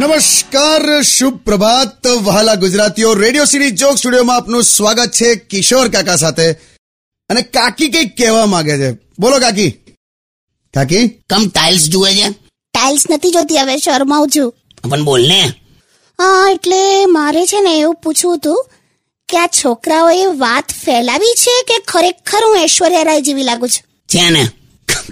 નમસ્કાર શુભ પ્રભાત વહાલા ગુજરાતીઓ રેડિયો સિટી જોક સ્ટુડિયોમાં આપનું સ્વાગત છે કિશોર કાકા સાથે અને કાકી કંઈક કહેવા માંગે છે બોલો કાકી કાકી કમ ટાઇલ્સ જુએ છે ટાઇલ્સ નથી જોતી હવે શરમાવું છું પણ બોલ ને હા એટલે મારે છે ને એવું પૂછવું હતું કે આ છોકરાઓએ વાત ફેલાવી છે કે ખરેખર હું ઐશ્વર્યા રાય જેવી લાગુ છું છે ને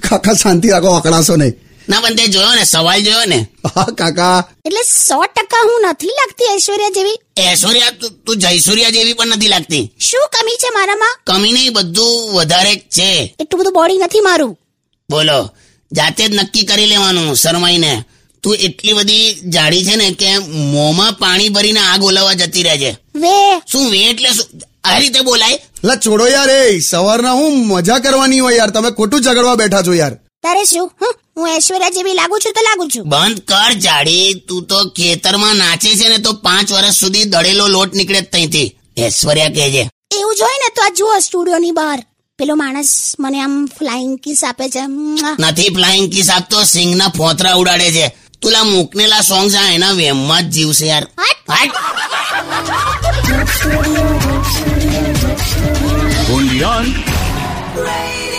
કાકા શાંતિ રાખો અકળાશો નહીં ના પણ તે જોયો ને સવાલ જોયો ને હા કાકા એટલે સો ટકા હું નથી લાગતી ઐશ્વર્યા જેવી ઐશ્વર્યા તું- તું જયસૂર્યા જેવી પણ નથી લાગતી શું કમી છે મારામાં કમી નહીં બધું વધારે જ છે એટલું બધું બોડી નથી મારું બોલો જાતે જ નક્કી કરી લેવાનું શરમાઈને તું એટલી બધી જાડી છે ને કે મોંમાં પાણી ભરીને આગ ઓલવવા જતી રહે છે વે શું વે એટલે શું આ રીતે બોલાય લા છોડો યાર એ સવારના હું મજા કરવાની હોય યાર તમે ખોટું ઝઘડવા બેઠા છો યાર તારે શું હં? હું ઐશ્વર્યા જેવી લાગુ છું તો લાગુ છું બંધ કર જાડી તું તો ખેતરમાં નાચે છે ને તો પાંચ વર્ષ સુધી દળેલો લોટ નીકળે જ ત્યાંથી ઐશ્વર્યા કહેજે એવું જોઈ ને તો આ જુઓ સ્ટુડિયોની બહાર પેલો માણસ મને આમ ફ્લાઇંગ કિસ આપે છે મ્વા. નથી ફ્લાઇંગ કિસ આપતો સિંગના ફોતરા ઉડાડે છે તુલા મૂકનેલા સોંગ છે આ એના વેમમાં જ જીવશે યાર હટ. હટ. Undian. Radio